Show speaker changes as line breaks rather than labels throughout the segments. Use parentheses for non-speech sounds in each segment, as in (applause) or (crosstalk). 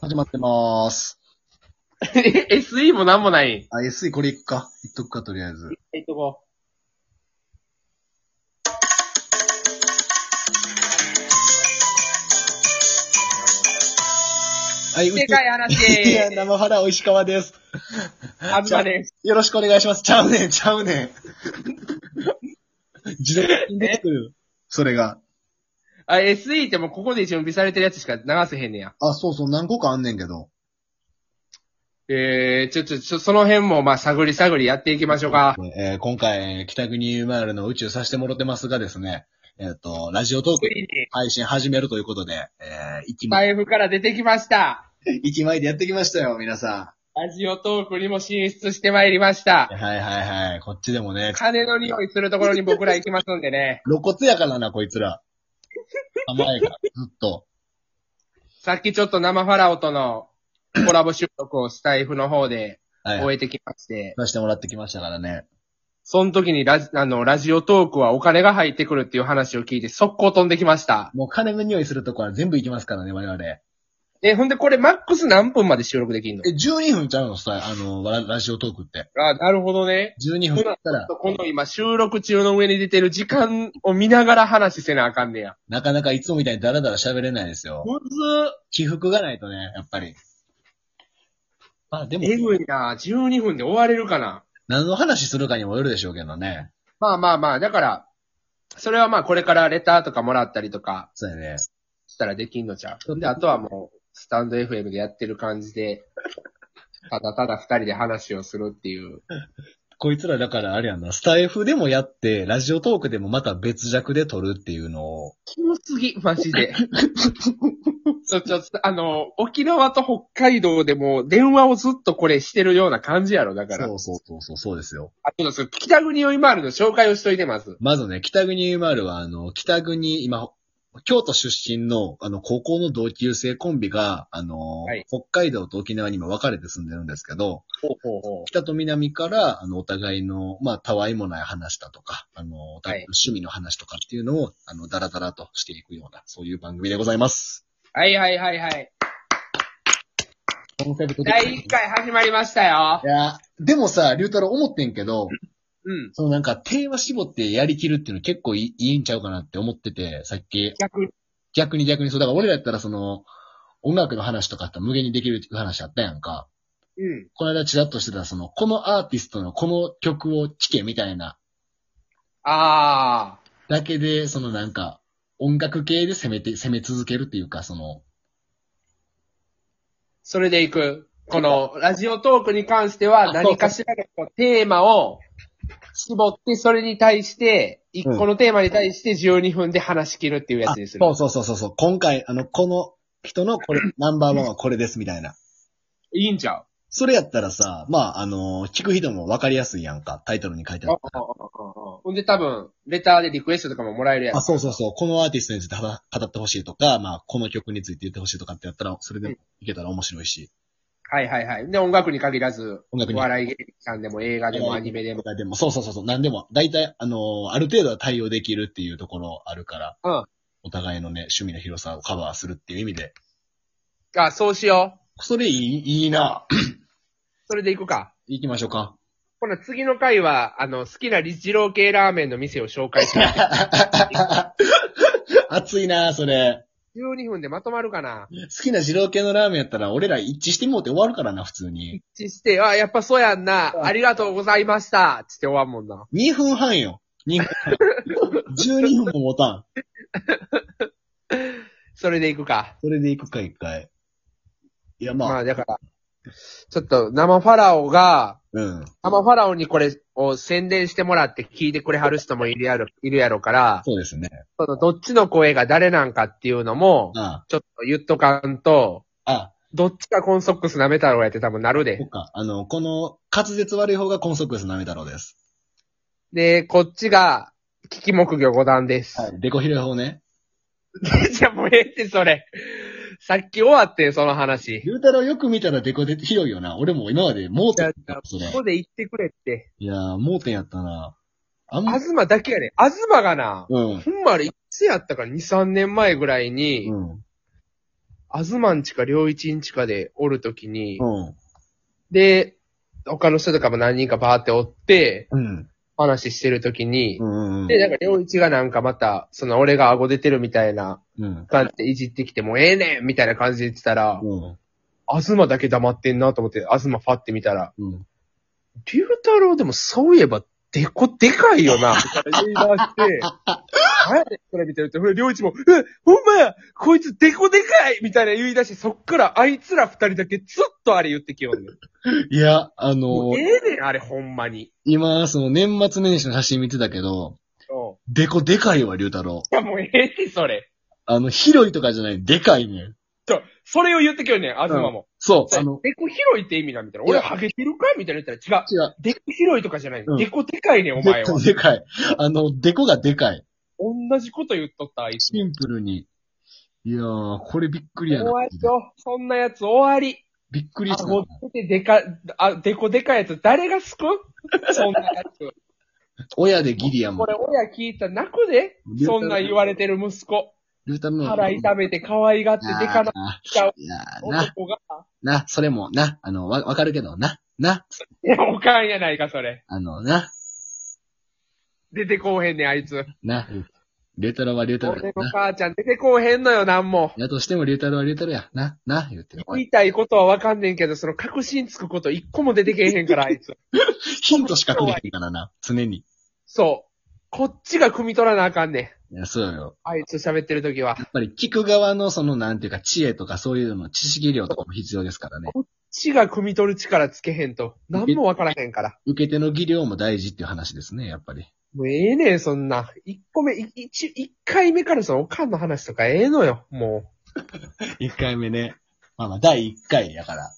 始まってまーす。
え SE もなんもない。
あ、SE これいくか。いっとくか、とりあえず。
はい、とこ。
はい、
でかい
いや、
話
生原石川です。
あんまです。
よろしくお願いします。ちゃうねん、ちゃうねん。自動的に出てくる。それが。
あ、SE ってもうここで準備されてるやつしか流せへんねや。
あ、そうそう、何個かあんねんけど。
えー、ちょ、ちょ、ちょ、その辺もまあ探り探りやっていきましょうか。
えー今回、北国マールの宇宙させてもろてますがですね、えっ、と、ラジオトー
つ
ク
いに、
配信始めるということで、えー、一枚、
財布から出てきました。
一枚でやってきましたよ、皆さ
ラジオトークにも進出してまいりました
ん。。はいはいはい、こっちでもね、
金の匂いするところに僕ら行きますんでね。
露骨やからな、こいつら。甘いから、ずっと。
(laughs) さっきちょっと生ファラオとのコラボ収録をスタイフの方で
はい、
終えてきまして、
出してもらってきましたからね。
その時にラジあのラジオトークはお金が入ってくるっていう話を聞いて速攻飛んできました。
もう金の匂いするとこは全部行きますからね、我々。え、
え、ほんでこれマックス何分まで収録できんの
12分ちゃうのさ、あの、ララジオトークって。
あ、なるほどね。
12分だったら、
この今収録中の上に出てる時間を見ながら話せなあかんねや。
なかなかいつもみたいにダラダラ喋れないですよ。
むず
起伏がないとね、やっぱり。まあでも、
えぐいな12分で終われるかな。
何の話するかにもよるでしょうけどね。
まあまあまあ、だから、それはまあこれからレターとかもらったりとか
そうやね。
したらできんのちゃう。で、あとはもう、スタンド FM でやってる感じで、ただただ二人で話をするっていう。
こいつらだからあれやんな、スタイフでもやって、ラジオトークでもまた別弱で撮るっていうのを、
キモすぎ、マジで。ちょ、ちょ、あの、沖縄と北海道でも電話をずっとこれしてるような感じやろ、だから。
そうそうそうそう、そうですよ。
あ、そうです。北国よいまるの紹介をしといてます。
まずね、北国丸は、あの、北国、今、京都出身の、あの、高校の同級生コンビが、あの、
はい
北海道と沖縄にも分かれて住んでるんですけど、
ほうほうほ
北と南から、あの、お互いの、まあ、たわいもない話だとか、あの、お互いの趣味の話とかっていうのを、あの、ダラダラとしていくような、そういう番組でございます。
う。はいはいはいはい。
コンセプト
第1回始まりましたよ
い。や、でもさ、龍太郎思ってんけど、
うん。
そのなんか、テーマ絞ってやりきるっていうの結構いいいいんちゃうかなって思ってて、さっき、
逆に。
逆に逆にそう。だから俺らやったらその、音楽の話とかあって無限にできるっていう話あったやんか。
うん。
この間チラッとしてたその、このアーティストのこの曲を聴けみたいな、
あー。
だけで、そのなんか、音楽系で攻めて、攻め続けるっていうか、その、
それでいく。この、ラジオトークに関しては
あ
何かしらのこうテーマを絞って、それに対して、1個のテーマに対して12分で話し切るっていうやつにする。
あそうそうそうそうそう。今回、あの、この人のこれ、ナンバーワンはこれですみたいな。
いいんちゃう
それやったらさ、まあ、あの、聞く人もわかりやすいやんか。タイトルに書いてあっ
うんうんうんうんほんで多分、レターでリクエストとかももらえるや
あ、
ん。
そうそうそう。このアーティストについて語語ってほしいとか、まあ、この曲について言ってほしいとかってやったら、それでもいけたら面白いし。
はいはいはい。で、音楽に限らず、
音楽に
笑い芸人さんでも映画でもアニメでも。
でも、そうそうそうそう、なんでも、大体、あのーある程度は対応できるっていうところあるから、
うん
お互いのね、趣味の広さをカバーするっていう意味で、
あ、そうしよう。
それいい、いいな。
それで行くか。
行きましょうか。
この次の回は、あの、好きな二郎系ラーメンの店を紹介
(laughs)
します。
熱いな、それ。
12分でまとまるかな。
好きな二郎系のラーメンやったら、俺ら一致してもうて終わるからな、普通に。
一致して、あ、やっぱそうやんな。ありがとうございました。つって終わんもんな。
2分半よ。2分半。12分も持たん。
それで行くか。
それで行くか、一回。いや、まあ、
まあ、だから、ちょっと生ファラオが、
うん。
生ファラオにこれを宣伝してもらって聞いてくれはる人もいるやろ、いるやろから、
そうですね。
そのどっちの声が誰なんかっていうのも、
あ
ちょっと言っとかんと、
あ、あ
どっちかコンソックス舐めたろうやって多分なる
そ
で
っ。か。あの、この、滑舌悪い方がコンソクエスなめ太郎です。
で、こっちが、聞き木魚五段です。 (laughs)
はい。デコヒレ法ね。
じゃあもうええってそれ。さっき終わってん、その話。
ゆうたろうよく見たらデコで広いよな。俺も今まで盲
じゃ
点
あ
だった、それ。
ここで言ってくれって。
いやー、盲点やったな。あんま
あ、ずまだけやね。あずまがな、
うん。
ほんまあれいつやったか、2、3年前ぐらいに、
うん。
東あずまんちかりょういちんちかでおるときに、
うん。
で、他の人とかも何人かバーっておって、
うん。
話してるときに、
うん。うん。
で、なんか、りょういちがなんかまた、その、俺が顎出てるみたいな
うん。
感じでいじってきて、もうええねんみたいな感じで言ってたら、
うん。
あずまだけ黙ってんなと思って、あずまファって見たら、
うん。
りゅうたろうでもそういえば、でこでかいよな、みたいな言い出して、 (laughs) 何やねん、それ見てると、りょういちも、え、ほんまや、こいつでこでかいみたいな言い出して、そっからあいつら二人だけずっとあれ言ってきよ
(laughs)
んねん。
いや、あ
も
の
う、ええねん、あれほんまに。
今、その年末年始の写真見てたけど、
うん
でこでかいわ、龍太郎。
いや、もうええって、それ。
あの、広いとかじゃない、でかいねん。
ちょ、それを言ってきよんねん、あずまも。
そう、あの、
でこ広いって意味だ、みたいな。俺、ハゲてるかみたいな言ったら、違う。
違う。
でこ広いとかじゃない。
うん
でこでかいねん、お前は。
でかい。あの、デコがでかい。
同じこと言っとった、あいつ。
シンプルに。いやー、これびっくり
終
やな。
わりよ。そんなやつ終わり。
びっくりし
あ、
た。
もう、てでか、あ、でこでかいやつ、誰がすくそんなやつ。
親でギリやも
こ
ん
れ、。親聞いたら泣くで。そんな言われてる息子。
ルータルの。
腹痛めて可愛がってでかなっ
あ
ちゃう
ーいやーな、
男が。
な、それも、な、あの、わ、わかるけど、な、な、
いや、おかんやないか、それ。
あの、な、
出てこうへんねん、あいつ。
な、龍太郎は龍太郎
俺
や
の
な。
母ちゃん出てこうへんのよ、なんも。
やとしても龍太郎は龍太郎や。な、な、言ってる。
言いたいことはわかんねんけど、その確信つくこと一個も出てけえへんから、あいつ。
ヒントしかくれへんからな、常に。
(laughs) そう。こっちが汲み取らなあかんねん。
いや、そうよ。
あいつ喋ってる時は。
やっぱり聞く側のその、なんていうか、知恵とかそういうの、知識量とかも必要ですからね。
死が汲み取る力つけへんと。何もわからへんから。
受け手の技量も大事っていう話ですね、やっぱり。
もうええねん、そんな。一個目、い一、一回目からそのおかんの話とかええのよ、も
一回目ね。まあまあ、第一回やから。
う。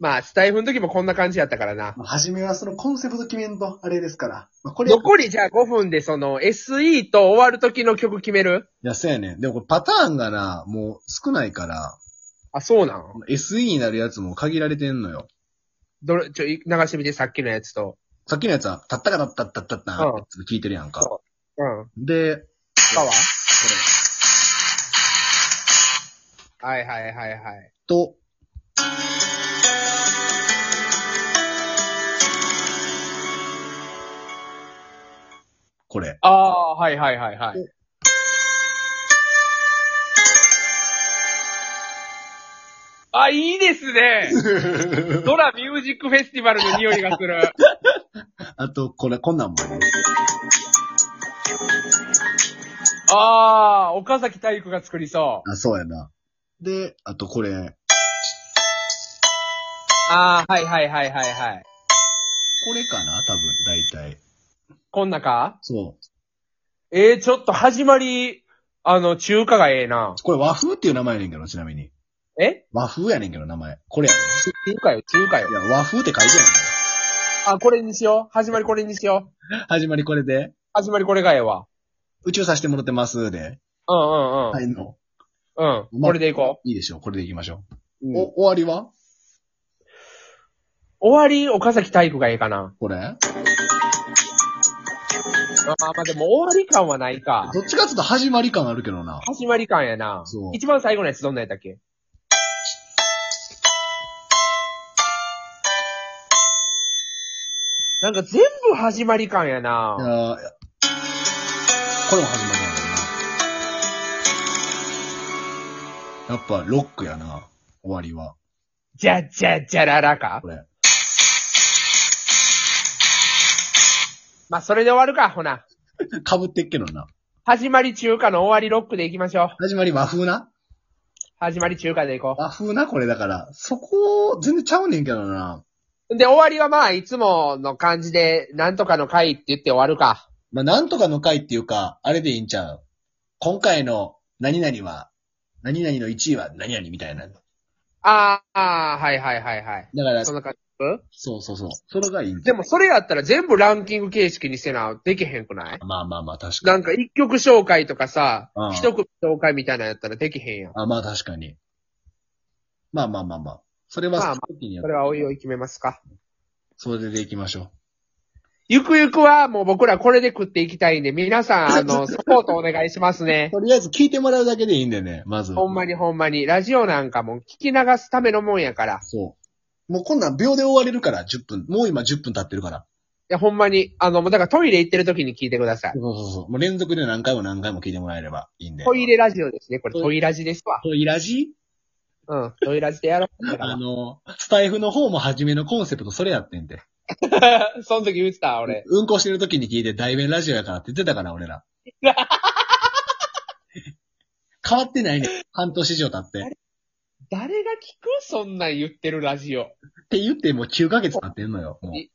まあ、スタイフの時もこんな感じやったからな。
まあ、初めはそのコンセプト決めんと、あれですから。まあ、これ、い
残りじゃあ5分でその SE と終わる時の曲決める
や、そうやねん。でもこれパターンがな、もう少ないから、
あ、そうなの
この SE になるやつも限られてんのよ。
どれ、ちょ、い流してみて、さっきのやつと。
さっきのやつは、たったかたったったったった
う
っ
ん
て聞いてるやんか。
うん。
で、
パワーはいはいはいはい。
と、これ。
ああ、はいはいはいはい。あ、いいですね。 (laughs) ドラミュージックフェスティバルの匂いがす (laughs) る。
あと、これ、こんなんもある。
ああ、岡崎体育が作りそう。
あ、そうやな。で、あとこれ。
ああ、はいはいはいはいはい。
これかな多分、大体。
こんなか
そう。
ええー、ちょっと始まり、あの、中華がええな。
これ和風っていう名前やねんけど、ちなみに。
え
和風やねんけど、名前。これや
中華よ、中華よ。
ねん。いや、和風って書いてる
あ、これにしよう。始まりこれにしよう。
の始まりこれで。
始まりこれがええわ。
宇宙させてもらってますで。
うんうんうん。
はい、の。
うん。これでいこ
いいでしょう。これでいきましょ
う。
う。
お
お、終わりは
終わり、岡崎体育がええかな。
これ
ああ、まあでも終わり感はないか。
どっちかっていうと始まり感あるけどな。
始まり感やな
そう。
一番最後のやつどんなやったっけなんか全部始まり感や
い
な。
やーこれも始まりなんだよな。やっぱ、ロックやな。終わりは。
じゃじゃじゃららか
こ。れ。
まあ、それで終わるか、ほな。
被ってっけどな。
始まり中華の終わりロックでいきましょう。
始まり和風な
始まり中華でいこ
和風なこれだから。そこ、全然ちゃうねんけどな。
う。で、終わりはまあ、いつもの感じで、なんとかの回って言って終わるか。
まあ、なんとかの回っていうか、あれでいいんちゃう。今回の何々は、何々の1位は何々みたいな。だか
あーあー、はいはいはいはい。
ら、
そ
そ
んな感じ。
うそうそう。それがいいんち
で
ゃう
もそれやったら全部ランキング形式にせな、できへんくない
まあまあまあ、確か
な
に。
んか一曲紹介とかさ
うん、
一組紹介みたいなのやったらできへんやん。
あ、まあ確かに。まあまあまあまあ。それ
まあ
は
まあ、
時にやっ
それはおいおい決めますか。
それでいきましょう。
ゆくゆくはもう僕らこれで食っていきたいんで、皆さん、あ (laughs) の、サポートお願いしますね。
とりあえず聞いてもらうだけでいいんでね、まず。
ほんまにほんまに。ラジオなんかも聞き流すためのもんやから。い
そう。もうこんなん秒で終われるから、10分。もう今10分経ってるから。
や、ほんまに、あの、もうだからトイレ行ってる時に聞いてください
そ。うそうそう。もう連続で何回も何回も聞いてもらえればいいんで。
トイレラジオですね。これトイラジですわ。
トイラジ
うん。トイラジでやろう。だか
あ
ら
の、スタイフの方も初めのコンセプトそれやってんて。
(laughs) その時言ってた、俺。
うんこしてる時に聞いて、大弁ラジオやからって言ってたから、俺 (laughs) ら。変わってないね。半年以上経って。
誰が聞くそんなん言ってるラジオ。い
って言ってもう9ヶ月経ってんのよ。もう
い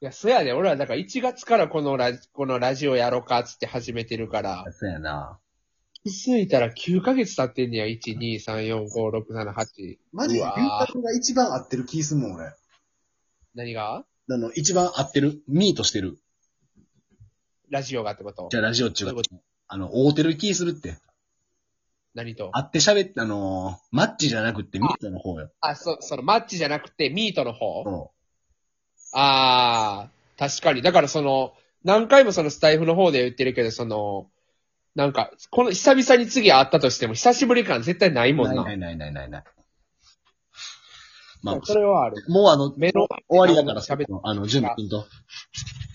や、そやで、俺はだから1月からこのラジ、このラジオやろうかっつって始めてるから。
そうやな。
気づいたら9ヶ月経ってんねや。1、2、3、4、5、6、7、8。
マジで、
う
ゆう
わ
たくんが一番合ってる気すんもん、俺。あ
何が
の、一番合ってる。ミートしてる。
ラジオがってこと
じゃあ、ラジオっちゅう
どうい
か
う、
あの、合うてる気するって。
何と
合って喋って、あのーマッチじゃなくってミートの方よ。
あ、そ、そのマッチじゃなくてミートの方
そ。
ああ、確かに。だからその、何回もそのスタイフの方で言ってるけど、その、なんか、この久々に次会ったとしても、久しぶり感絶対ないうもんな。
ないないないないない。まあ、
それはある。
もうあの、
目の
終わりだから、
喋って
あの、準備きんと。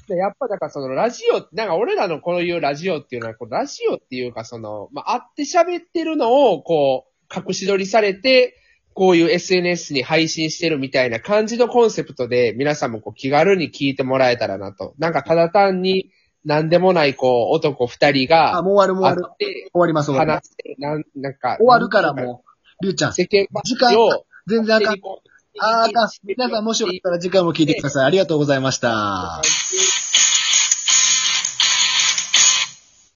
でやっぱだからそのラジオ、なんか俺らのこういうラジオっていうのは、こうラジオっていうかその、まあ、会って喋ってるのをこう、隠し撮りされて、こういう SNS に配信してるみたいな感じのコンセプトで、皆さんもこう気軽に聞いてもらえたらなと。なんかただ単に、なんでもないこう、男二人
あ、
が、
もう終わる、もう
会
終
っ
わる。
て、
終わります、終わります
話して、なん、なんか、
終わるからもう、りゅうちゃん
う、世間
時間
話を、
全然あかん。あーあかん。皆さんもしよかったら時間も聞いてください。ありがとうございました。
た。